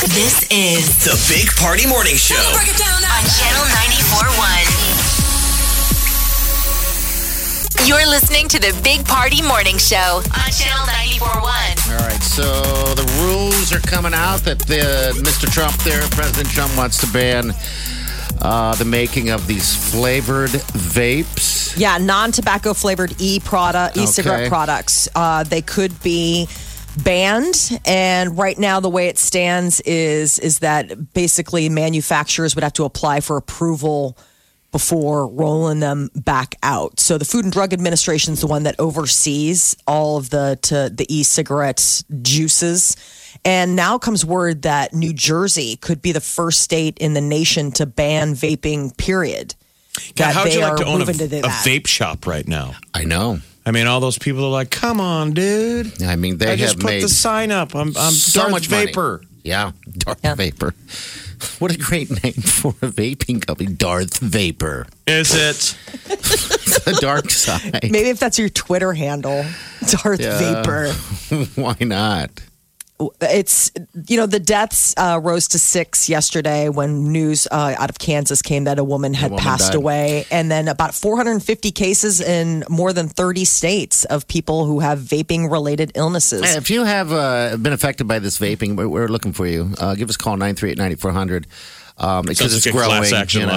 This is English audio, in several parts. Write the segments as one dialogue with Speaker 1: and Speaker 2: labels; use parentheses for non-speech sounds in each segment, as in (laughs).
Speaker 1: This is
Speaker 2: The Big Party Morning Show.
Speaker 1: Break it down on Channel 94.1. You're listening to the Big Party Morning Show on Channel 94.1.
Speaker 3: All right, so the rules are coming out that the Mr. Trump there, President Trump wants to ban uh, the making of these flavored vapes.
Speaker 4: Yeah, non-tobacco flavored e product, e-cigarette
Speaker 3: Okay.
Speaker 4: products. Uh, they could be banned, and right now the way it stands is is that basically manufacturers would have to apply for approval before rolling them back out. So the Food and Drug Administration is the one that oversees all of the to, the e-cigarette juices. And now comes word that New Jersey could be the first state in the nation to ban vaping. Period.
Speaker 5: God,
Speaker 4: That
Speaker 5: how would
Speaker 4: they
Speaker 5: you like
Speaker 4: are
Speaker 5: to own a,
Speaker 4: moving to do
Speaker 5: a
Speaker 4: that.
Speaker 5: vape shop right now?
Speaker 3: I know.
Speaker 5: I mean, all those people are like, "Come on, dude!
Speaker 3: I mean, they
Speaker 5: I just
Speaker 3: have
Speaker 5: put
Speaker 3: made
Speaker 5: the sign up. I'm, I'm
Speaker 3: so
Speaker 5: Darth
Speaker 3: much money.
Speaker 5: vapor."
Speaker 3: Yeah, Darth Vapor. What a great name for a vaping company, Darth Vapor.
Speaker 5: Is it?
Speaker 3: The dark side.
Speaker 4: (laughs)
Speaker 3: (laughs)
Speaker 4: Maybe if that's your Twitter handle, Darth Vapor.
Speaker 3: Why not?
Speaker 4: It's, you know, the deaths uh, rose to six yesterday when news uh, out of Kansas came that a woman had
Speaker 3: woman
Speaker 4: passed
Speaker 3: died.
Speaker 4: away. And then about 450 cases in more than 30 states of people who have vaping related illnesses.
Speaker 3: Hey, if you have uh, been affected by this vaping, we're, we're looking for you. Uh, give us a call 938-9400. Um, because
Speaker 5: Sounds
Speaker 3: it's
Speaker 5: like a
Speaker 3: growing,
Speaker 5: class action
Speaker 3: you know. (laughs)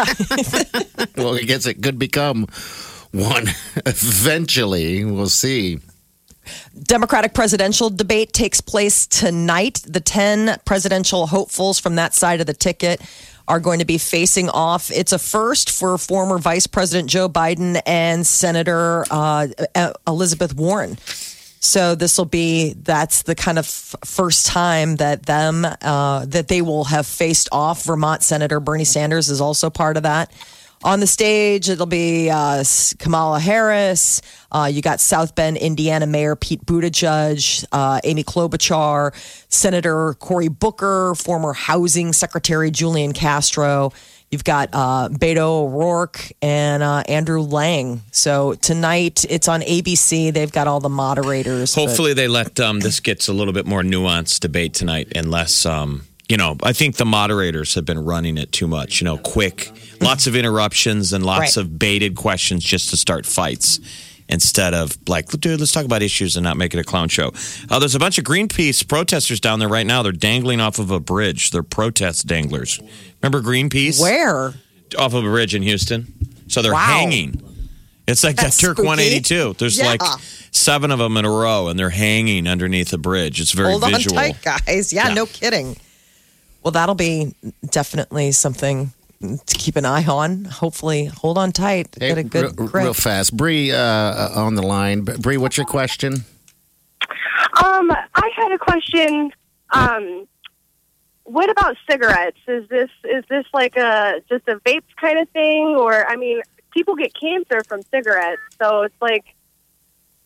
Speaker 5: lawsuit.
Speaker 4: (laughs)
Speaker 3: Well, I guess it could become one (laughs) eventually. We'll see.
Speaker 4: Democratic presidential debate takes place tonight. The 10 presidential hopefuls from that side of the ticket are going to be facing off. It's a first for former Vice President Joe Biden and Senator uh, E- Elizabeth Warren. So this will be that's the kind of f- first time that them uh, that they will have faced off. Vermont Senator Bernie Sanders is also part of that. On the stage, it'll be uh, S- Kamala Harris. Uh, you got South Bend, Indiana Mayor Pete Buttigieg, uh, Amy Klobuchar, Senator Cory Booker, former Housing Secretary Julian Castro. You've got uh, Beto O'Rourke and uh, Andrew Lang. So tonight it's on ABC. They've got all the moderators. but-
Speaker 5: Hopefully, they let um, this gets a little bit more nuanced debate tonight, and less. Um, you know, I think the moderators have been running it too much. You know, quick, lots of interruptions and lots
Speaker 4: Right.
Speaker 5: of baited questions just to start fights. Instead of like, dude, let's talk about issues and not make it a clown show. Uh, there's a bunch of Greenpeace protesters down there right now. They're dangling off of a bridge. They're protest danglers. Remember Greenpeace?
Speaker 4: Where?
Speaker 5: off of a bridge in Houston. So they're
Speaker 4: Wow.
Speaker 5: hanging. It's like
Speaker 4: That's
Speaker 5: that Turk
Speaker 4: spooky.
Speaker 5: 182. There's
Speaker 4: Yeah.
Speaker 5: like seven of them in a row, and they're hanging underneath a bridge. It's very
Speaker 4: Hold
Speaker 5: visual.
Speaker 4: on tight, guys. Yeah,
Speaker 5: Yeah.
Speaker 4: no kidding. Well, that'll be definitely something to keep an eye on. Hopefully, hold on tight. Get a good
Speaker 3: real,
Speaker 4: grip.
Speaker 3: real fast. Bree uh, on the line. Bree, what's your question?
Speaker 6: Um, I had a question. Um, what about cigarettes? Is this is this like a just a vape kind of thing, or I mean, people get cancer from cigarettes, so it's like,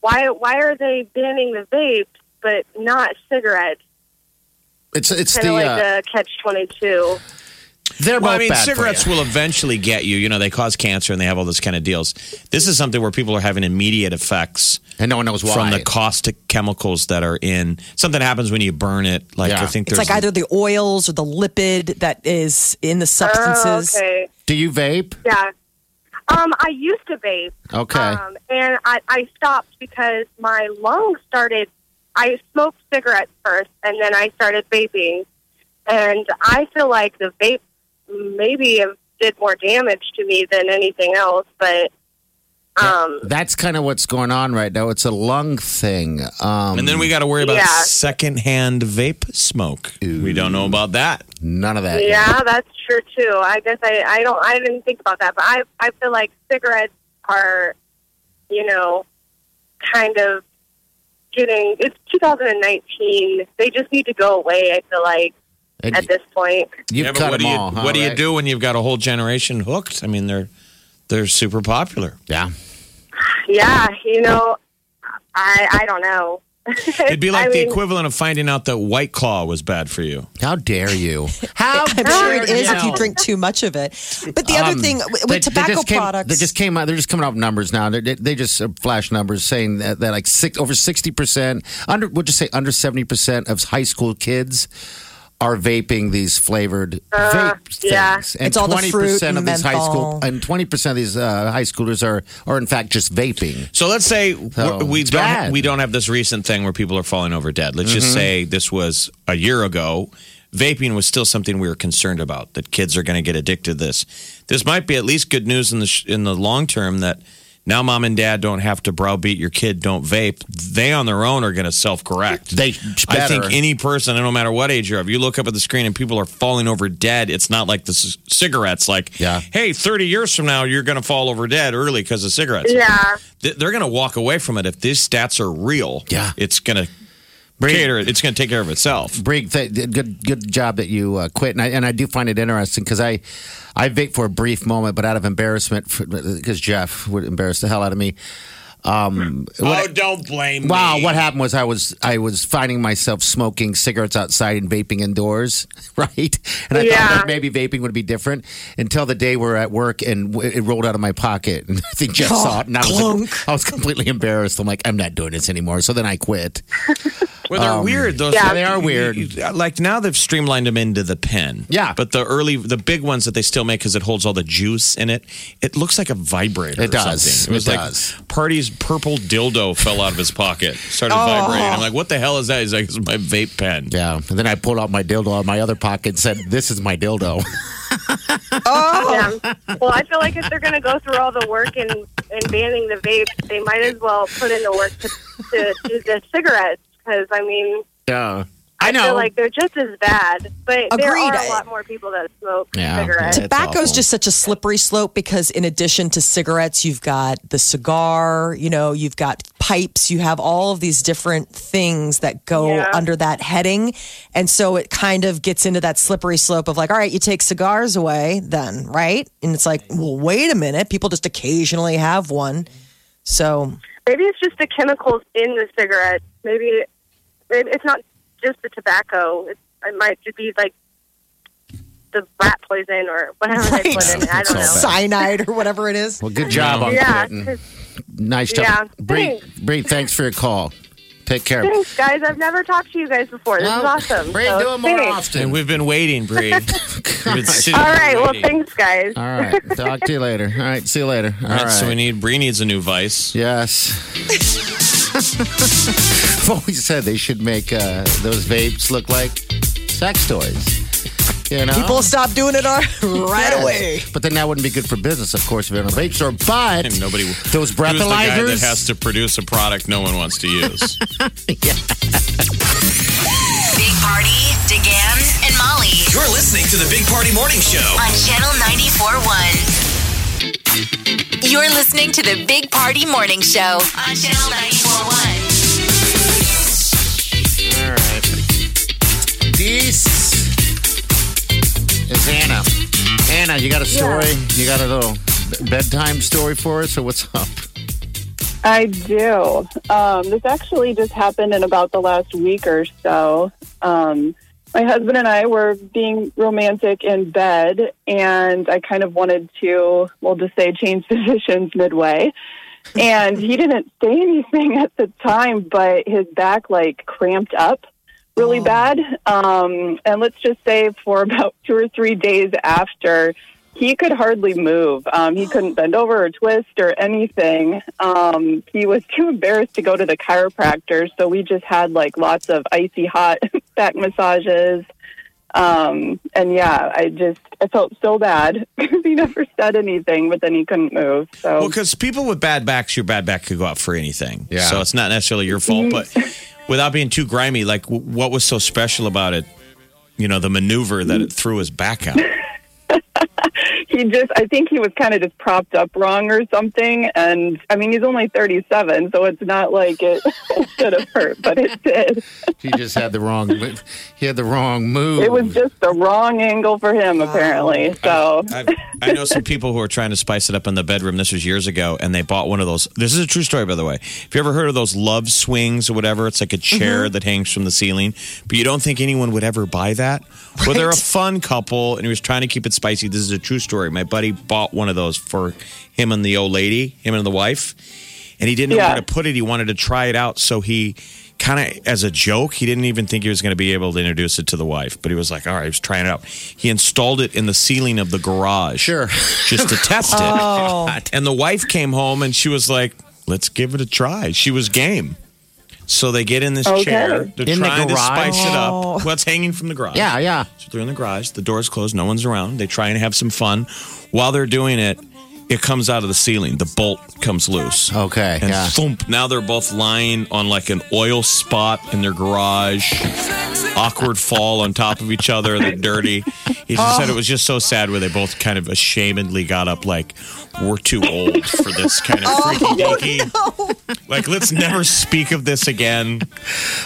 Speaker 6: why why are they banning the vapes but not cigarettes?
Speaker 3: It's it's
Speaker 6: Kind of like
Speaker 3: the uh,
Speaker 6: a catch twenty two.
Speaker 3: they're
Speaker 5: Well,
Speaker 3: both
Speaker 5: I mean,
Speaker 3: bad for
Speaker 5: cigarettes
Speaker 3: you.
Speaker 5: will eventually get you. You know, they cause cancer and they have all those kind of deals. This is something where people are having immediate effects
Speaker 3: and no one knows why.
Speaker 5: from the caustic chemicals that are in. Something happens when you burn it. Like
Speaker 3: Yeah.
Speaker 5: I think
Speaker 4: It's
Speaker 5: there's
Speaker 4: like either the oils or the lipid that is in the substances.
Speaker 6: Oh, okay.
Speaker 3: Do you vape?
Speaker 6: Yeah. Um, I used to vape.
Speaker 3: Okay.
Speaker 6: Um, and I, I stopped because my lungs started. I smoked cigarettes first, and then I started vaping. And I feel like the vape maybe have- did more damage to me than anything else. But um,
Speaker 3: That's kind of what's going on right now. It's a lung thing. Um,
Speaker 5: And then we got to worry about
Speaker 6: Yeah.
Speaker 5: secondhand vape smoke. We don't know about that.
Speaker 3: none of that. yet.
Speaker 6: yeah, that's true too. I guess I, I don't. I didn't think about that, but I I feel like cigarettes are, you know, kind of getting. It's 2019. They just need to go away. I feel like.
Speaker 3: And
Speaker 6: at this point.
Speaker 3: You've
Speaker 5: Yeah, but what
Speaker 3: cut them
Speaker 5: do you,
Speaker 3: all. huh,
Speaker 5: What do you
Speaker 3: right?
Speaker 5: do when you've got a whole generation hooked? I mean, they're they're super popular.
Speaker 3: Yeah.
Speaker 6: Yeah, you know, I I don't know. (laughs)
Speaker 5: It'd be like
Speaker 6: I
Speaker 5: the
Speaker 6: mean,
Speaker 5: equivalent of finding out that White Claw was bad for you.
Speaker 3: How dare you? How
Speaker 4: (laughs) I'm sure it is if you drink too much of it. But the other
Speaker 3: Um,
Speaker 4: thing with
Speaker 3: they- they
Speaker 4: tobacco
Speaker 3: just came-
Speaker 4: products,
Speaker 3: They just came out. They're just coming out with numbers now. They, they, they just uh, flash numbers saying that, that like six over sixty percent under. We'll just say under seventy percent of high school kids are vaping these flavored vape
Speaker 6: yeah.
Speaker 3: things. And
Speaker 4: It's all the fruit
Speaker 3: of these high school
Speaker 4: menthol.
Speaker 3: and twenty percent of these uh, high schoolers are are in fact just vaping.
Speaker 5: So let's say
Speaker 3: So,
Speaker 5: we- we
Speaker 3: Oh, it's
Speaker 5: don't
Speaker 3: bad. Mm-hmm.
Speaker 5: we don't have this recent thing where people are falling over dead. Let's just say this was a year ago. Vaping was still something we were concerned about that kids are going to get addicted to this. This might be at least good news in the sh- in the long term that now mom and dad don't have to browbeat your kid don't vape. They on their own are going to self correct.
Speaker 3: They
Speaker 5: I
Speaker 3: better.
Speaker 5: think any person, and no matter what age you're of, you look up at the screen and people are falling over dead. It's not like the c- cigarettes. Like,
Speaker 3: Yeah.
Speaker 5: hey, 30 years from now, you're going to fall over dead early because of cigarettes.
Speaker 6: Yeah.
Speaker 5: Th- They're going to walk away from it if these stats are real.
Speaker 3: Yeah.
Speaker 5: It's going to
Speaker 3: Bring-
Speaker 5: cater. It's going to take care of itself.
Speaker 3: Brig, th- th- good good job that you uh, quit, and I and I do find it interesting because I I vape for a brief moment, but out of embarrassment, because Jeff would embarrass the hell out of me.
Speaker 5: oh, don't blame
Speaker 3: Wow, what happened was I was I was finding myself smoking cigarettes outside and vaping indoors, (laughs) right? And I
Speaker 6: Yeah.
Speaker 3: thought that maybe vaping would be different until the day we're at work and w- it rolled out of my pocket, and (laughs) I think Jeff saw it, and I was like-
Speaker 4: Clunk.
Speaker 3: I was completely embarrassed. I'm like, I'm not doing this anymore. So then I quit.
Speaker 5: Well, they're weird. Those
Speaker 6: Yeah.
Speaker 3: They are weird.
Speaker 5: Um, Like now they've streamlined them into the pen.
Speaker 3: Yeah.
Speaker 5: But the early, the big ones that they still make because it holds all the juice in it. It looks like a vibrator.
Speaker 3: It
Speaker 5: or
Speaker 3: does.
Speaker 5: Something. It was
Speaker 3: It
Speaker 5: like
Speaker 3: does.
Speaker 5: Party's purple dildo fell out of his pocket, started
Speaker 6: Oh.
Speaker 5: vibrating. I'm like, what the hell is that? He's like, it's my vape pen.
Speaker 3: Yeah, and then I pulled out my dildo out of my other pocket and said, "This is my dildo." (laughs)
Speaker 6: Yeah.
Speaker 5: (laughs)
Speaker 6: Well, I feel like if they're going to go through all the work in, in banning the vape, they might as well put in the work to, to do the cigarettes because, I mean,
Speaker 3: Yeah, I know.
Speaker 6: feel like they're just as bad. But there
Speaker 4: Agreed.
Speaker 6: are a lot more people that smoke
Speaker 3: Yeah.
Speaker 6: cigarettes.
Speaker 3: It's
Speaker 4: tobacco is
Speaker 3: awful.
Speaker 4: just such a slippery slope because in addition to cigarettes you've got the cigar you know you've got pipes you have all of these different things that go
Speaker 6: Yeah.
Speaker 4: under that heading and so it kind of gets into that slippery slope of like all right you take cigars away then right and it's like well wait a minute people just occasionally have one so
Speaker 6: Maybe it's just the chemicals in the cigarette. Maybe, maybe it's not just the tobacco. It, it might just be like the rat poison or whatever
Speaker 4: (laughs)
Speaker 6: they put in it. I don't know.
Speaker 4: cyanide or whatever it is
Speaker 3: well, good job on
Speaker 6: Yeah,
Speaker 3: quitting.
Speaker 6: 'cause-
Speaker 3: Nice job,
Speaker 6: Yeah,
Speaker 3: Bree.
Speaker 6: thanks.
Speaker 3: Bree, thanks for your call. Take care.
Speaker 6: thanks, guys. I've never talked to you guys before. This
Speaker 3: Well,
Speaker 6: is awesome.
Speaker 3: Bree,
Speaker 6: So,
Speaker 3: do it more
Speaker 6: thanks.
Speaker 5: And
Speaker 3: often.
Speaker 5: we've been waiting,
Speaker 6: (laughs)
Speaker 5: Bree. We've been
Speaker 3: (laughs)
Speaker 5: sitting
Speaker 6: All
Speaker 5: here
Speaker 6: right. Well,
Speaker 5: waiting.
Speaker 6: thanks, guys.
Speaker 3: All right. Talk to you later. All right. See you later. All
Speaker 5: All
Speaker 3: right.
Speaker 5: right, So we need Bree needs a new vice.
Speaker 3: yes. (laughs) I've always said they should make uh, those vapes look like sex toys. You know?
Speaker 4: people stop doing it (laughs) all right
Speaker 3: Yes.
Speaker 4: away
Speaker 3: But then that wouldn't be good for business, of course, if you're in a vape store. But
Speaker 5: And nobody.
Speaker 3: those
Speaker 5: Who's the guy
Speaker 3: breathalyzers.
Speaker 5: that has to produce a product no one wants to use?
Speaker 1: Big Party, DeGan, and Molly
Speaker 2: You're listening to the Big Party Morning Show.
Speaker 1: on Channel 94.1. You're listening to the Big Party Morning Show on Channel 94.1.
Speaker 3: All right. This is Anna. Anna, you got a story? You got a little b- bedtime story for us, or what's up?
Speaker 7: I do. Um, this actually just happened in about the last week or so. Um, my husband and I were being romantic in bed, and I kind of wanted to, we'll just say, change (laughs) positions midway. And he didn't say anything at the time, but his back like cramped up really bad. Um, and let's just say for (laughs) about two or three days after, he could hardly move. Um, he couldn't bend over or twist or anything. Um, he was too embarrassed to go to the chiropractor, so we just had like lots of icy hot (laughs) back massages. Um, and yeah, I just I felt so bad (laughs) because he never said anything, but then he couldn't move. So
Speaker 5: Well, because people with bad backs, your bad back could go out for anything.
Speaker 3: Yeah.
Speaker 5: So it's not necessarily your fault, but without being too grimy, like w- what was so special about it? You know, the maneuver that it threw his back out.
Speaker 7: he he just, I think he was kind of just propped up wrong or something. And I mean, he's only 37, so it's not like it, (laughs) it should have hurt, but it did.
Speaker 3: He just had the wrong. He had the wrong move.
Speaker 7: It was just the wrong angle for him, apparently. So
Speaker 5: Oh, I, I know some people who are trying to spice it up in the bedroom. This was years ago, and they bought one of those. This is a true story, by the way. If you ever heard of those love swings or whatever, it's like a chair that hangs from the ceiling, but you don't think anyone would ever buy that. Well, they're a fun couple, and he was trying to keep it spicy. This is a true story. My buddy bought one of those for him and the old lady, him and the wife, and he didn't know
Speaker 7: Yeah.
Speaker 5: where to put it. He wanted to try it out, so he. Kind of as a joke, he didn't even think he was going to be able to introduce it to the wife, but he was like, "All right, he was trying it out." He installed it in the ceiling of the garage,
Speaker 3: Sure.
Speaker 5: just to test it.
Speaker 7: Oh.
Speaker 5: (laughs) And the wife came home and she was like, let's give it a try. She was game. So they get in this
Speaker 7: Okay.
Speaker 5: chair. They're
Speaker 3: In the
Speaker 5: trying to
Speaker 3: garage?
Speaker 5: spice it up. Well, it's hanging from the garage.
Speaker 3: Yeah, yeah.
Speaker 5: So they're in the garage. The door's closed. No one's around. They try and have some fun. While they're doing it, it comes out of the ceiling. The bolt comes loose.
Speaker 3: Okay,
Speaker 5: And
Speaker 3: yeah.
Speaker 5: thump, now they're both lying on like an oil spot in their garage. Awkward fall on top of each other. They're dirty. He just said it was just so sad where they both kind of ashamedly got up like, we're too old for this kind of freaky deaky. Like, let's never speak of this again.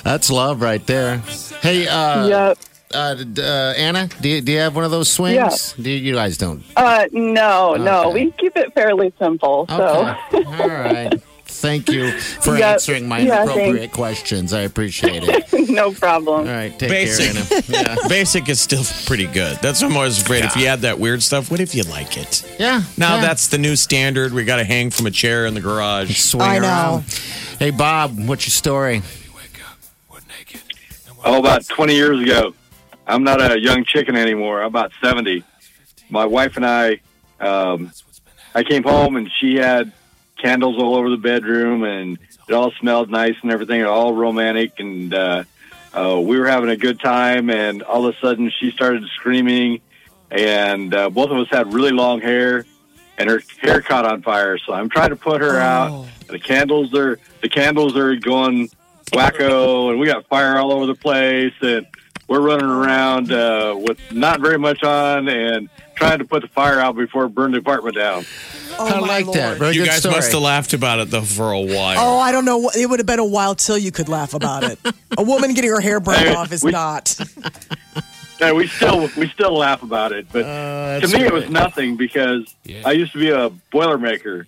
Speaker 3: That's love right there. Hey, uh,
Speaker 7: yep.
Speaker 3: uh, d- uh, Anna, do you, do you have one of those swings?
Speaker 7: Yeah.
Speaker 3: Do you, you guys don't?
Speaker 7: Uh, no, no,
Speaker 3: Okay.
Speaker 7: we keep it fairly simple. So
Speaker 3: Okay. All right. Thank you for
Speaker 7: Yeah,
Speaker 3: answering my
Speaker 7: yeah,
Speaker 3: inappropriate questions. I appreciate it.
Speaker 7: (laughs) no problem.
Speaker 3: All right. Take
Speaker 5: Basic.
Speaker 3: care,
Speaker 5: (laughs)
Speaker 3: Anna.
Speaker 5: Basic is still pretty good. That's what I'm always afraid. If you had that weird stuff, what if you like it?
Speaker 3: Yeah. yeah
Speaker 5: Now
Speaker 3: yeah.
Speaker 5: that's the new standard. We got to hang from a chair in the garage.
Speaker 3: swing
Speaker 4: I know.
Speaker 3: around. Hey, Bob, what's your story?
Speaker 8: Oh, about 20 years ago. I'm not a young chicken anymore. I'm about 70. My wife and I, um, I came home and she had candles all over the bedroom and it all smelled nice and everything, and all romantic. And uh, uh, we were having a good time. And all of a sudden, she started screaming. And uh, both of us had really long hair, and her hair caught on fire. So I'm trying to put her out. The candles are the candles are going wacko, and we got fire all over the place, and we're running around uh, with not very much on, and trying to put the fire out before it burned the apartment down.
Speaker 4: Oh,
Speaker 3: I like that. Very
Speaker 5: You
Speaker 3: good
Speaker 5: guys
Speaker 3: story. Uh,
Speaker 5: must have laughed about it though for a while.
Speaker 9: Oh, I don't know. what- It would have been a while till you could laugh about it. A woman getting her hair burned
Speaker 8: Hey,
Speaker 9: off is
Speaker 8: we-
Speaker 9: not.
Speaker 8: And we still we still laugh about it, but
Speaker 3: Oh.
Speaker 8: to me it was nothing because I used to be a boilermaker,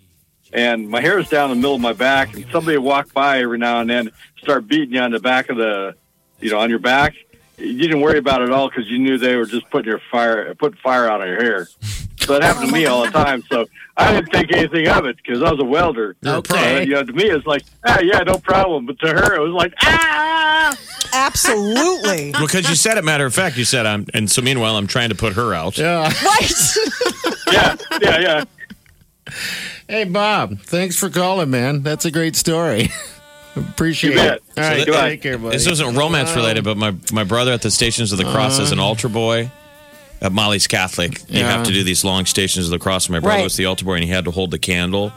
Speaker 8: and my hair was down the middle of my back, and somebody would walk by every now and then, start beating you on the back of the, you know, on your back. You didn't worry about it at all because you knew they were just putting your fire, putting fire out of your hair. So that happened to me all the time. So I didn't think anything of it because I was a welder.
Speaker 3: Okay.
Speaker 8: And, you know, to me it's like, ah, yeah, no problem. But to her it was like, ah.
Speaker 9: Absolutely.
Speaker 5: (laughs) Because you said it, matter of fact, you said I'm, and so meanwhile, I'm trying to put her out.
Speaker 3: Yeah.
Speaker 8: Yeah, yeah, yeah.
Speaker 3: Hey, Bob, thanks for calling, man. That's a great story. (laughs) Appreciate
Speaker 8: You
Speaker 3: it. All
Speaker 8: bet.
Speaker 3: right,
Speaker 8: So that-
Speaker 3: take care, buddy.
Speaker 5: This isn't romance related, but my, my brother at the Stations of the Cross is an altar boy. Uh, Molly's Catholic. You
Speaker 3: Uh-huh. Yeah.
Speaker 5: have to do these long Stations of the Cross. My brother
Speaker 4: Right.
Speaker 5: was the altar boy, and he had to hold the candle.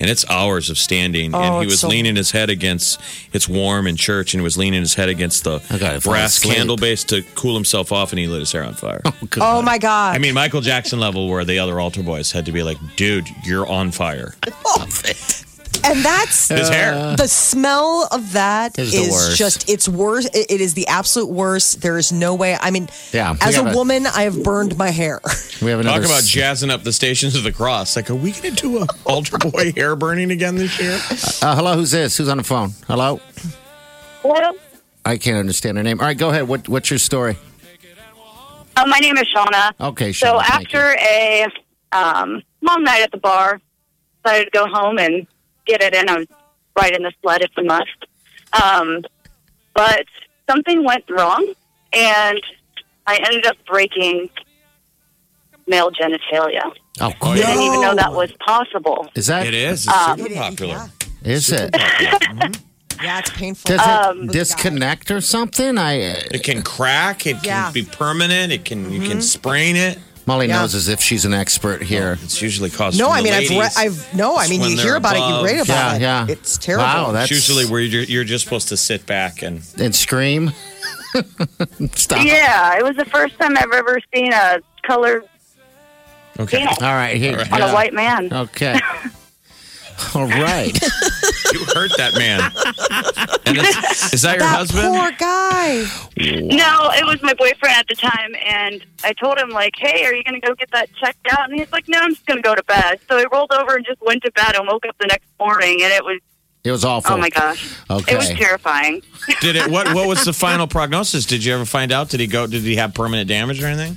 Speaker 5: And it's hours of standing.
Speaker 4: Oh,
Speaker 5: and he
Speaker 4: it's
Speaker 5: was
Speaker 4: so-
Speaker 5: leaning his head against, it's warm in church, and he was leaning his head against the
Speaker 3: I gotta fall
Speaker 5: brass
Speaker 3: asleep.
Speaker 5: candle base to cool himself off, and he lit his hair on
Speaker 3: (laughs)
Speaker 5: fire.
Speaker 4: Oh my God. (laughs)
Speaker 5: I mean, Michael Jackson level where the other altar boys had to be like, dude, you're on fire.
Speaker 4: Oh. and that's
Speaker 3: Uh,
Speaker 5: His hair.
Speaker 4: the smell of that
Speaker 3: Is
Speaker 4: is,
Speaker 3: the worst.
Speaker 4: just it's worse it, it is the absolute worst there is no way i mean
Speaker 3: Yeah, we
Speaker 4: as a
Speaker 3: gotta-
Speaker 4: woman i have burned my hair
Speaker 3: we have another
Speaker 5: Talk about
Speaker 3: s-
Speaker 5: jazzing up the stations of the cross. Like, are we going to do a (laughs) altar boy hair burning again this year?
Speaker 3: Uh, hello, who's this? Who's on the phone? Hello?
Speaker 10: Hello.
Speaker 3: I can't understand her name. All right, go ahead. What, what's your story?
Speaker 10: Uh, my name is Shauna.
Speaker 3: Okay,
Speaker 10: So
Speaker 3: Shauna, thank
Speaker 10: after a um, mom night at the bar, decided to go home and get it in. I was right in the sled if we must. Um, but something went wrong, and I ended up breaking male genitalia.
Speaker 3: you. Oh, cool.
Speaker 10: I didn't even know that was possible.
Speaker 3: Is that
Speaker 5: It is. It's
Speaker 4: Uh,
Speaker 5: super popular.
Speaker 3: Is
Speaker 5: (laughs)
Speaker 3: it?
Speaker 4: yeah it's painful Uh,
Speaker 3: Does
Speaker 10: Um,
Speaker 3: it disconnect or something? I uh,
Speaker 5: It can crack. It
Speaker 4: Yeah.
Speaker 5: can
Speaker 4: Mm-hmm.
Speaker 5: be permanent. It can you can sprain it.
Speaker 3: Molly
Speaker 4: Yeah.
Speaker 3: knows as if she's an expert here.
Speaker 5: It's usually caused.
Speaker 4: no
Speaker 5: from
Speaker 4: i
Speaker 5: the
Speaker 4: mean i've re-
Speaker 5: ladies.
Speaker 4: i've no i
Speaker 5: It's
Speaker 4: mean
Speaker 5: when
Speaker 4: you
Speaker 5: they're
Speaker 4: hear about
Speaker 5: above.
Speaker 4: it you read
Speaker 3: yeah,
Speaker 4: about
Speaker 3: yeah.
Speaker 4: it it's terrible
Speaker 3: Wow, that's
Speaker 5: It's usually where you're you're just supposed to sit back
Speaker 4: (laughs)
Speaker 5: and
Speaker 3: and scream. (laughs) Stop. Uh-huh.
Speaker 10: Yeah, it was the first time I've ever seen a colored
Speaker 3: Okay.
Speaker 10: penis
Speaker 3: All right. Here,
Speaker 10: on
Speaker 3: yeah.
Speaker 10: a white man. (laughs)
Speaker 3: Okay. All right.
Speaker 5: You hurt that man. And is, is that your husband?
Speaker 4: Poor guy.
Speaker 10: No, it was my boyfriend at the time, and I told him like, "Hey, are you going to go get that checked out?" And he's like, "No, I'm just going to go to bed." So he rolled over and just went to bed and woke up the next morning, and it was
Speaker 3: It was awful.
Speaker 10: oh my gosh,
Speaker 3: Okay.
Speaker 10: it was terrifying.
Speaker 5: Did it? What? What was the final prognosis? Did you ever find out? Did he go? Did he have permanent damage or anything?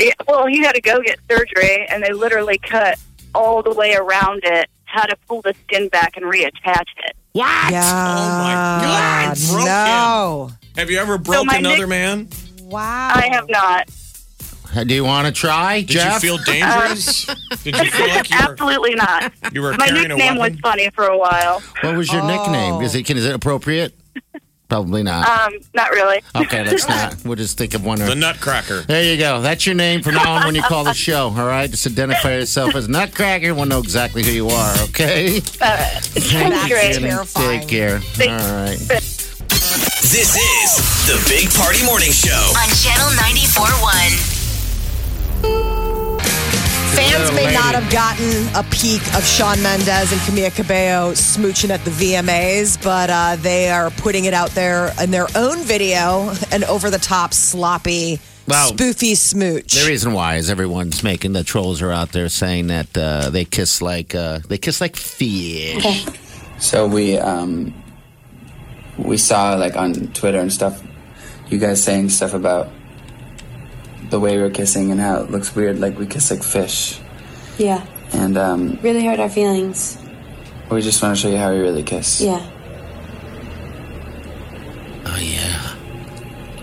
Speaker 10: Yeah, well, he had to go get surgery, and they literally cut all the way around it, had to pull the skin back and reattach it.
Speaker 3: What?
Speaker 4: Yeah.
Speaker 5: oh God, broke
Speaker 4: No.
Speaker 5: Have you ever broke
Speaker 10: my
Speaker 5: another
Speaker 10: nick-
Speaker 5: man?
Speaker 4: Wow.
Speaker 10: I have not.
Speaker 3: Uh, Do you want to try,
Speaker 5: Did
Speaker 3: Jeff?
Speaker 5: you feel dangerous? Did you feel like you
Speaker 6: (laughs)
Speaker 5: were, (laughs)
Speaker 10: Absolutely not.
Speaker 5: you were
Speaker 10: My
Speaker 5: carrying a
Speaker 10: nickname was
Speaker 5: weapon?
Speaker 10: funny for a while.
Speaker 3: what was your
Speaker 4: Oh.
Speaker 3: nickname? Is it can, is it
Speaker 10: (laughs)
Speaker 3: appropriate? Probably not.
Speaker 10: Um, not really.
Speaker 3: okay,
Speaker 10: (laughs)
Speaker 3: let's not. We'll just think of one. Or,
Speaker 5: the Nutcracker.
Speaker 3: there you go. That's your name from now on when you call the show. All right, just identify yourself as Nutcracker. We'll know exactly who you are. Okay.
Speaker 10: That's great.
Speaker 4: Jenny. terrifying.
Speaker 3: Take care. All right.
Speaker 2: This is the Big Party Morning Show.
Speaker 1: on Channel 94.1.
Speaker 4: Fans
Speaker 3: Hello,
Speaker 4: may
Speaker 3: lady.
Speaker 4: not have gotten a peek of Sean Mendez and Camila Cabello smooching at the VMAs, but uh, they are putting it out there in their own video an over the top, sloppy,
Speaker 3: Wow.
Speaker 4: spoofy smooch.
Speaker 3: The reason why is everyone's making the trolls are out there saying that uh, they kiss like uh, they kiss like fish.
Speaker 11: So we um, we saw like on Twitter and stuff, you guys saying stuff about the way we're kissing and how it looks weird, like we kiss like fish,
Speaker 12: Yeah,
Speaker 11: and um,
Speaker 12: really hurt our feelings.
Speaker 11: we just want to show you how we really kiss.
Speaker 12: Yeah.
Speaker 3: Oh yeah.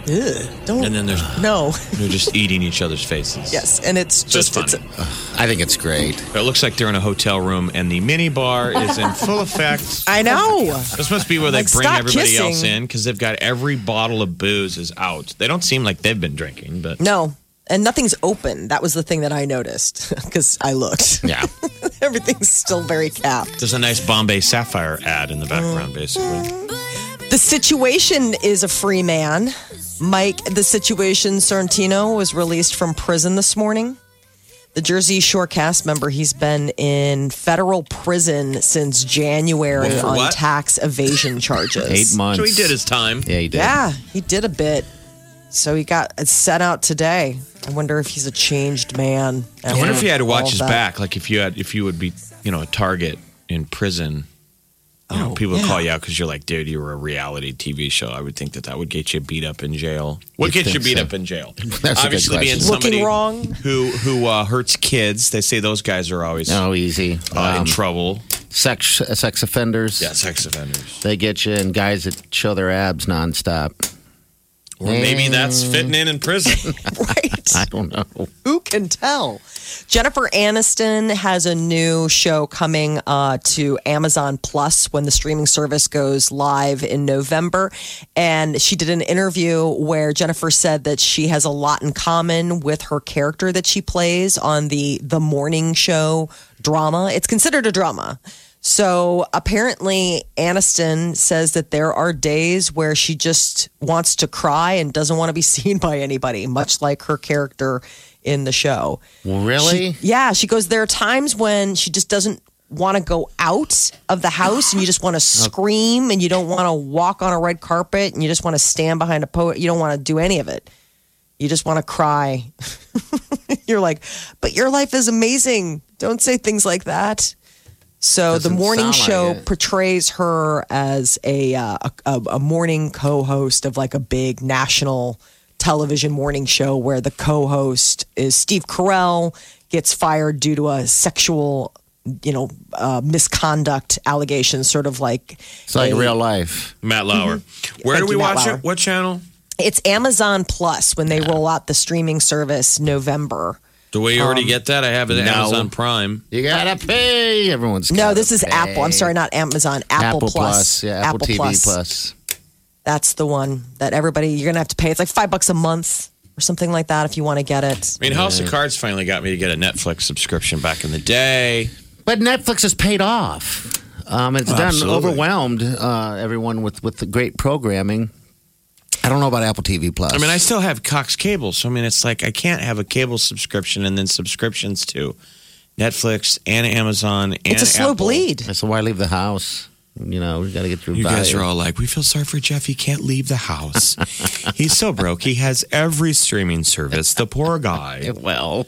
Speaker 9: Ugh, don't.
Speaker 5: And then there's
Speaker 9: no.
Speaker 5: they're just eating each other's faces.
Speaker 4: (laughs) Yes, and it's
Speaker 5: So it's
Speaker 9: just.
Speaker 5: funny.
Speaker 9: It's,
Speaker 3: I think it's great.
Speaker 5: It looks like they're in a hotel room and the mini bar is in full effect.
Speaker 9: I know.
Speaker 5: This must be where they
Speaker 4: Like,
Speaker 5: bring
Speaker 4: stop
Speaker 5: everybody
Speaker 4: kissing.
Speaker 5: else in because they've got every bottle of booze is out. They don't seem like they've been drinking, but
Speaker 4: no, and nothing's open. That was the thing that I noticed (laughs) because I looked.
Speaker 3: Yeah.
Speaker 4: (laughs) Everything's still very capped.
Speaker 5: there's a nice Bombay Sapphire ad in the background, basically.
Speaker 4: The situation is a free man. Mike, the situation Sorrentino was released from prison this morning. The Jersey Shore cast member, he's been in federal prison since January
Speaker 5: Well, for
Speaker 4: on
Speaker 5: what?
Speaker 4: tax
Speaker 5: (laughs)
Speaker 4: evasion charges.
Speaker 3: Eight months.
Speaker 5: So he did his time.
Speaker 3: Yeah, he did.
Speaker 4: Yeah, he did a bit. So he got it's sent out today. I wonder if he's a changed man.
Speaker 5: I wonder if you had to watch
Speaker 4: All
Speaker 5: his
Speaker 4: that.
Speaker 5: back, like if you had, if you would be, you know, a target in prison. You
Speaker 4: Oh,
Speaker 5: know, people would call you out because you're like, dude, you were a reality TV show. I would think that that would get you beat up in jail. What
Speaker 3: You'd
Speaker 5: gets you
Speaker 3: think
Speaker 5: beat
Speaker 3: so.
Speaker 5: up in (laughs) jail?
Speaker 3: That's a good
Speaker 5: Obviously, being
Speaker 3: question.
Speaker 5: somebody
Speaker 4: Looking wrong.
Speaker 5: who who uh, hurts kids. They say those guys are always
Speaker 3: Oh, easy.
Speaker 5: uh, in
Speaker 3: Um,
Speaker 5: trouble.
Speaker 3: sex sex offenders.
Speaker 5: Yeah, sex offenders.
Speaker 3: They get you and guys that show their abs nonstop.
Speaker 5: Or maybe that's
Speaker 4: Mm.
Speaker 5: fitting in in
Speaker 4: (laughs)
Speaker 5: prison.
Speaker 4: (laughs) Right.
Speaker 3: I don't know.
Speaker 4: Who can tell? Jennifer Aniston has a new show coming uh, to Amazon Plus when the streaming service goes live in November. And she did an interview where Jennifer said that she has a lot in common with her character that she plays on the the morning show drama. It's considered a drama. So apparently, Aniston says that there are days where she just wants to cry and doesn't want to be (laughs) seen by anybody, much like her character in the show.
Speaker 3: Really?
Speaker 4: Yeah, she goes, There are times when she just doesn't want to go out of the house and you
Speaker 3: (sighs)
Speaker 4: just want to scream and you don't want to walk on a red carpet and you just want to stand behind a poet. You don't want to do any of it. You just want to cry. (laughs) you're like, But your life is amazing. Don't say things like that. So the
Speaker 3: Doesn't
Speaker 4: morning
Speaker 3: sound like
Speaker 4: show
Speaker 3: it.
Speaker 4: portrays her as a, uh, a- a a morning co-host of like a big national television morning show where the co-host is Steve Carell gets fired due to a sexual you know uh, misconduct allegation sort of like
Speaker 3: It's like
Speaker 4: a-
Speaker 3: real life.
Speaker 5: Matt Lauer. Where
Speaker 4: Thank
Speaker 5: do we
Speaker 4: you, Matt
Speaker 5: watch
Speaker 4: Lauer.
Speaker 5: it? What channel?
Speaker 4: it's Amazon Plus when they roll out the streaming service November.
Speaker 5: Do we
Speaker 4: Um,
Speaker 5: already get that? I have it on
Speaker 3: no.
Speaker 5: Amazon Prime.
Speaker 3: You gotta pay. Everyone's
Speaker 4: No,
Speaker 3: gotta
Speaker 4: this is
Speaker 3: pay.
Speaker 4: Apple. I'm sorry, not Amazon. Apple,
Speaker 3: Apple Plus. Yeah, Apple, TV Plus.
Speaker 4: That's the one that everybody you're gonna have to pay. It's like five bucks a month or something like that if you want to get it.
Speaker 5: I mean, House of Cards finally got me to get a Netflix subscription back in the day.
Speaker 3: But Netflix has paid off. Um, it's done
Speaker 5: Absolutely.
Speaker 3: overwhelmed uh, everyone with with the great programming. I don't know about Apple TV Plus.
Speaker 5: I mean, I still have Cox Cable, so I mean, it's like I can't have a cable subscription and then subscriptions to Netflix and Amazon. And
Speaker 3: It's a slow
Speaker 5: Apple.
Speaker 3: bleed. So why leave the house? You know, we got to get through.
Speaker 5: You guys
Speaker 3: value.
Speaker 5: are all like, we feel sorry for Jeff. He can't leave the
Speaker 3: (laughs)
Speaker 5: house. He's so broke. He has every streaming service. The poor guy.
Speaker 3: Well,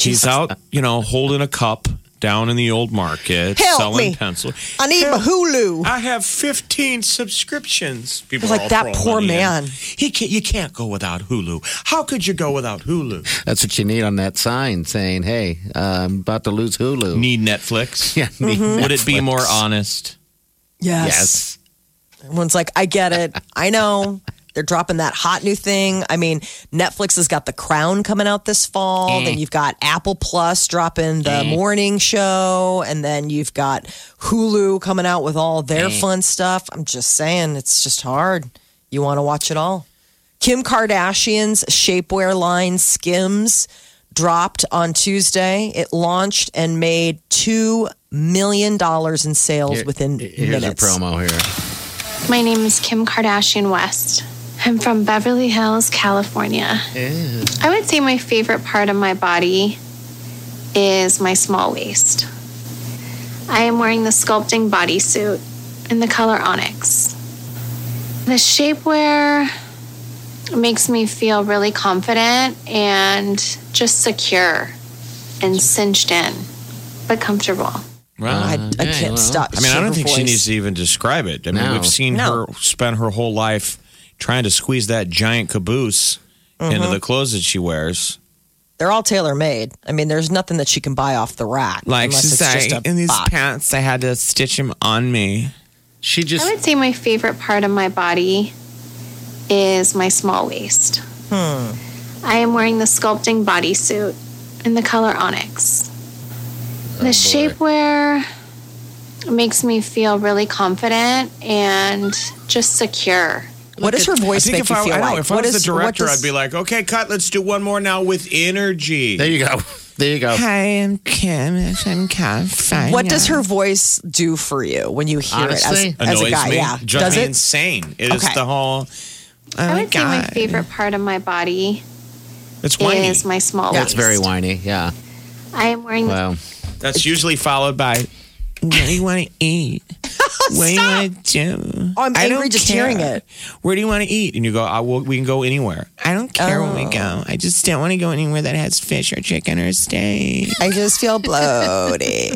Speaker 5: he's out, you know, holding a cup down in the old market,
Speaker 9: Help
Speaker 5: selling
Speaker 9: me.
Speaker 5: pencil.
Speaker 9: I need my Hulu.
Speaker 5: I have 15 subscriptions. People
Speaker 9: like
Speaker 5: all
Speaker 9: that
Speaker 5: throw
Speaker 9: poor
Speaker 5: money in.
Speaker 9: man.
Speaker 5: He can't. You can't go without Hulu. How could you go without Hulu?
Speaker 3: That's what you need on that sign saying, "Hey, uh, I'm about to lose Hulu."
Speaker 5: Need (laughs) Netflix?
Speaker 3: yeah. Need
Speaker 4: Mm-hmm.
Speaker 5: Would it be
Speaker 3: Netflix.
Speaker 5: more honest?
Speaker 9: Yes.
Speaker 4: Everyone's like, I get it. I know. They're dropping that hot new thing. I mean, Netflix has got The Crown coming out this fall.
Speaker 3: Eh.
Speaker 4: Then you've got Apple Plus dropping the morning show. And then you've got Hulu coming out with all their
Speaker 3: Eh.
Speaker 4: fun stuff. I'm just saying, it's just hard. You want to watch it all. Kim Kardashian's shapewear line Skims dropped on Tuesday. It launched and made $2 million in sales
Speaker 3: Here-
Speaker 4: within
Speaker 3: Here's
Speaker 4: minutes.
Speaker 3: a promo here.
Speaker 13: My name is Kim Kardashian West. I'm from Beverly Hills, California. I would say my favorite part of my body is my small waist. I am wearing the sculpting bodysuit in the color onyx. The shapewear makes me feel really confident and just secure and cinched in, but comfortable.
Speaker 5: Well,
Speaker 4: I- I okay, can't well. stop
Speaker 5: Uh, I mean, I
Speaker 4: shape
Speaker 5: don't
Speaker 4: of
Speaker 5: think she
Speaker 4: voice.
Speaker 5: needs to even describe it. I mean,
Speaker 3: No.
Speaker 5: we've seen her
Speaker 4: No.
Speaker 5: spend her whole life trying to squeeze that giant caboose
Speaker 4: Mm-hmm.
Speaker 5: into the clothes that she wears.
Speaker 4: They're all tailor made. I mean, there's nothing that she can buy off the rack. unless it's just a bop.
Speaker 5: pants, I had to stitch them on me.
Speaker 3: She just
Speaker 13: I would say my favorite part of my body is my small waist. I am wearing the sculpting bodysuit in the color onyx. The shapewear makes me feel really confident and just secure.
Speaker 4: What does her voice
Speaker 5: I think
Speaker 4: make
Speaker 5: if
Speaker 4: you
Speaker 5: I,
Speaker 4: feel
Speaker 5: I know,
Speaker 4: like?
Speaker 5: if I
Speaker 4: What
Speaker 5: was
Speaker 4: is-
Speaker 5: the
Speaker 4: what
Speaker 5: director,
Speaker 4: does-
Speaker 5: I'd be like, okay, cut, let's do one more now with energy.
Speaker 3: There you go. There you go.
Speaker 5: Hi, I'm Kim. I'm Kath.
Speaker 4: What does her voice do for you when you hear
Speaker 3: Honestly,
Speaker 4: it as, as a
Speaker 5: Annoys
Speaker 4: guy?
Speaker 5: me.
Speaker 4: Yeah,
Speaker 5: Drives
Speaker 4: does
Speaker 5: me
Speaker 4: it?
Speaker 5: insane. It is
Speaker 4: Okay.
Speaker 5: the whole. oh
Speaker 13: I would say my favorite part of my body
Speaker 5: It's whiny.
Speaker 13: is my small
Speaker 3: That's
Speaker 13: waist.
Speaker 3: very whiny. Yeah.
Speaker 13: I am wearing the
Speaker 3: Wow.
Speaker 5: That's usually followed by, what do you want to eat? (laughs) What do you want to do?
Speaker 4: Oh, I'm
Speaker 5: I don't
Speaker 4: angry just hearing it.
Speaker 5: Where do you want to eat? And you go, I will, we can go anywhere. I don't care where we go. I just don't want to go anywhere that has fish or chicken or steak.
Speaker 4: I just feel bloated.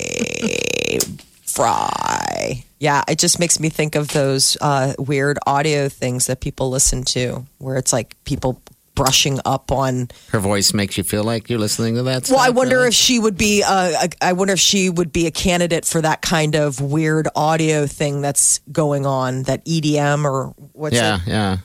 Speaker 4: (laughs) Fry. Yeah, it just makes me think of those uh, weird audio things that people listen to, where it's like people brushing up on.
Speaker 3: Her voice makes you feel like you're listening to that.
Speaker 4: Well,
Speaker 3: stuff,
Speaker 4: I wonder
Speaker 3: really?
Speaker 4: if she would be. Uh, a- I wonder if she would be a candidate for that kind of weird audio thing that's going on, that EDM or what's
Speaker 3: yeah,
Speaker 4: it?
Speaker 3: yeah.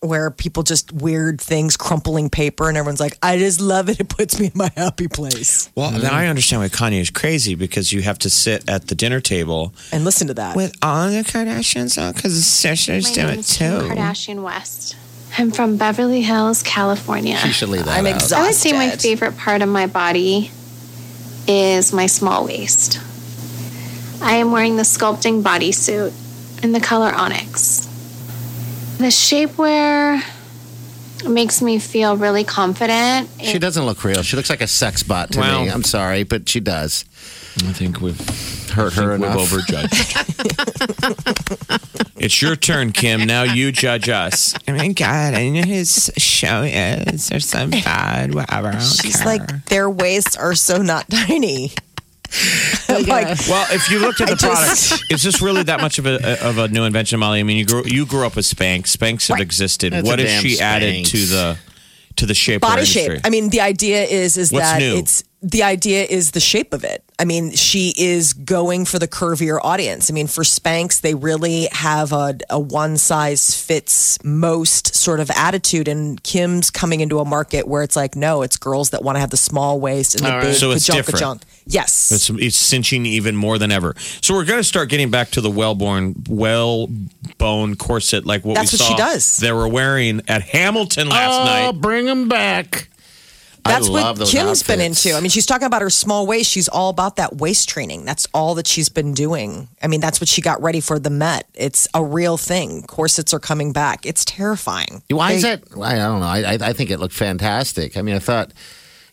Speaker 4: where people just weird things crumpling paper and everyone's like i just love it it puts me in my happy place
Speaker 5: Well, now I understand why Kanye is crazy because you have to sit at the dinner table
Speaker 4: and listen to that
Speaker 5: with all the Kardashians on because the sisters
Speaker 13: My
Speaker 5: do
Speaker 13: name
Speaker 5: it
Speaker 13: is Kim
Speaker 5: too.
Speaker 13: Kardashian West. I'm from Beverly Hills, California.
Speaker 3: She should leave that
Speaker 4: i'm
Speaker 3: out.
Speaker 4: exhausted
Speaker 13: I would say my favorite part of my body is my small waist. I am wearing the sculpting bodysuit in the color onyx. The shapewear makes me feel really confident.
Speaker 3: She doesn't look real. She looks like a sex bot to
Speaker 5: Wow.
Speaker 3: me. I'm sorry, but she does.
Speaker 5: I think we've
Speaker 3: Hurt her
Speaker 5: We've
Speaker 3: enough.
Speaker 4: (laughs)
Speaker 5: overjudged. it's your turn, Kim. Now you judge (laughs) us. I mean, Oh God, I know his show is or
Speaker 11: (laughs)
Speaker 5: some bad, whatever.
Speaker 4: She's like their waists are so not tiny I'm (laughs) like
Speaker 5: well, if you looked at
Speaker 3: (laughs)
Speaker 5: the
Speaker 4: I just-
Speaker 5: product, is this really that much of a of a new invention, Molly? I mean, you grew you grew up with Spanx. Spanx have existed.
Speaker 3: That's
Speaker 5: what
Speaker 3: a
Speaker 5: has
Speaker 3: damn
Speaker 5: she added
Speaker 3: Spanx.
Speaker 5: to the to the shape
Speaker 4: body
Speaker 5: industry?
Speaker 4: shape i mean the idea is is
Speaker 5: What's
Speaker 4: that
Speaker 5: new?
Speaker 4: it's the idea is the shape of it i mean she is going for the curvier audience i mean for spanx they really have a, a one size fits most sort of attitude and kim's coming into a market where it's like no it's girls that want to have the small waist and the
Speaker 3: All right.
Speaker 4: big
Speaker 5: So it's
Speaker 4: pajunk,
Speaker 5: different.
Speaker 4: pajunk. yes
Speaker 5: It's, it's cinching even more than ever. So we're going to start getting back to the well-born, well-bone corset, like what
Speaker 4: That's
Speaker 5: we
Speaker 4: what
Speaker 5: saw
Speaker 4: she does.
Speaker 5: They were wearing at Hamilton last
Speaker 3: oh,
Speaker 5: night.
Speaker 3: bring them back.
Speaker 4: That's what
Speaker 3: love those
Speaker 4: Kim's been
Speaker 3: outfits.
Speaker 4: into. I mean, she's talking about her small waist. She's all about that waist training. That's all that she's been doing. I mean, that's what she got ready for the Met. It's a real thing. Corsets are coming back. It's terrifying.
Speaker 3: Why is
Speaker 4: They-
Speaker 3: that? I don't know. I, I I think it looked fantastic. I mean, I thought,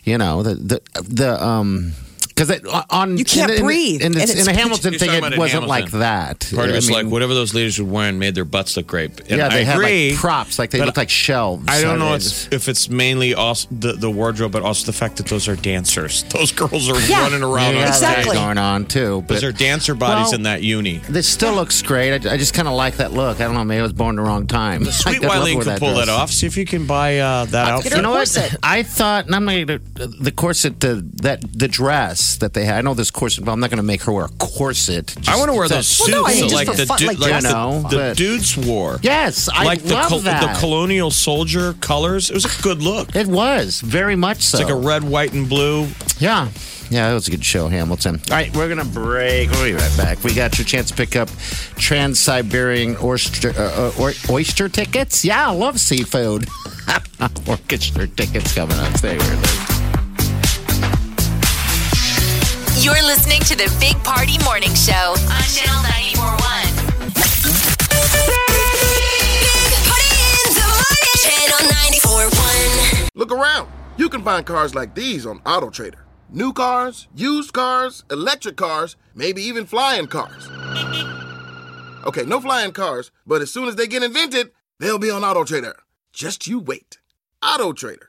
Speaker 3: you know, the the the um. Because on
Speaker 4: You can't
Speaker 3: in, the-
Speaker 4: breathe,
Speaker 3: in, the,
Speaker 4: and
Speaker 3: in the
Speaker 4: it's-
Speaker 3: Hamilton
Speaker 5: You're
Speaker 3: thing,
Speaker 5: talking about
Speaker 3: it
Speaker 5: in
Speaker 3: wasn't
Speaker 5: Hamilton.
Speaker 3: like that.
Speaker 5: Part of
Speaker 3: I
Speaker 5: it's
Speaker 3: mean,
Speaker 5: like whatever those ladies were wearing made their butts look great. And
Speaker 3: yeah, they
Speaker 5: I
Speaker 3: had
Speaker 5: agree.
Speaker 3: like props, like they
Speaker 5: but
Speaker 3: looked like shelves.
Speaker 5: I don't know
Speaker 3: It's,
Speaker 5: it's, if it's mainly also the, the wardrobe, but also the fact that those are dancers. (laughs) Those girls are
Speaker 3: Yeah.
Speaker 5: running around.
Speaker 3: Yeah,
Speaker 5: on
Speaker 3: exactly.
Speaker 5: stage.
Speaker 3: going on too.
Speaker 5: Those
Speaker 3: but-
Speaker 5: are dancer bodies
Speaker 3: Well,
Speaker 5: in that uni.
Speaker 3: this still looks great. I, I just kind of like that look. I don't know. Maybe I was born the wrong time. (laughs)
Speaker 5: The sweet
Speaker 3: I'd love to
Speaker 5: Wileen
Speaker 3: wear
Speaker 5: can pull that
Speaker 3: dress.
Speaker 5: off. See if you can buy uh, that outfit.
Speaker 3: You know what? I thought, and I'm not going to, the corset, the, that, the dress that they had. I know this corset, but I'm not going to make her wear a corset.
Speaker 5: I want to wear those
Speaker 3: Just-
Speaker 5: suits that, like the
Speaker 3: du-
Speaker 5: dude, like
Speaker 3: you
Speaker 5: the,
Speaker 3: know,
Speaker 5: the
Speaker 3: but-
Speaker 5: dudes wore.
Speaker 3: Yes, I
Speaker 5: like the
Speaker 3: love
Speaker 5: col-
Speaker 3: that.
Speaker 5: the colonial soldier colors. It was a good look.
Speaker 3: It was very much so.
Speaker 5: It's like a red, white, and blue.
Speaker 3: Yeah. Yeah, that was a good show, Hamilton. All right, we're going to break. We'll be right back. We got your chance to pick up Trans Siberian oyster, uh, uh, oy- oyster tickets. Yeah, I love seafood. (laughs) Orchestra tickets coming up. Stay with us.
Speaker 1: You're listening to the Big Party Morning Show on Channel 941. Channel 941.
Speaker 14: Look around. You can find cars like these on AutoTrader. New cars, used cars, electric cars, maybe even flying cars. Okay, no flying cars, but as soon as they get invented, they'll be on AutoTrader. Just you wait. AutoTrader.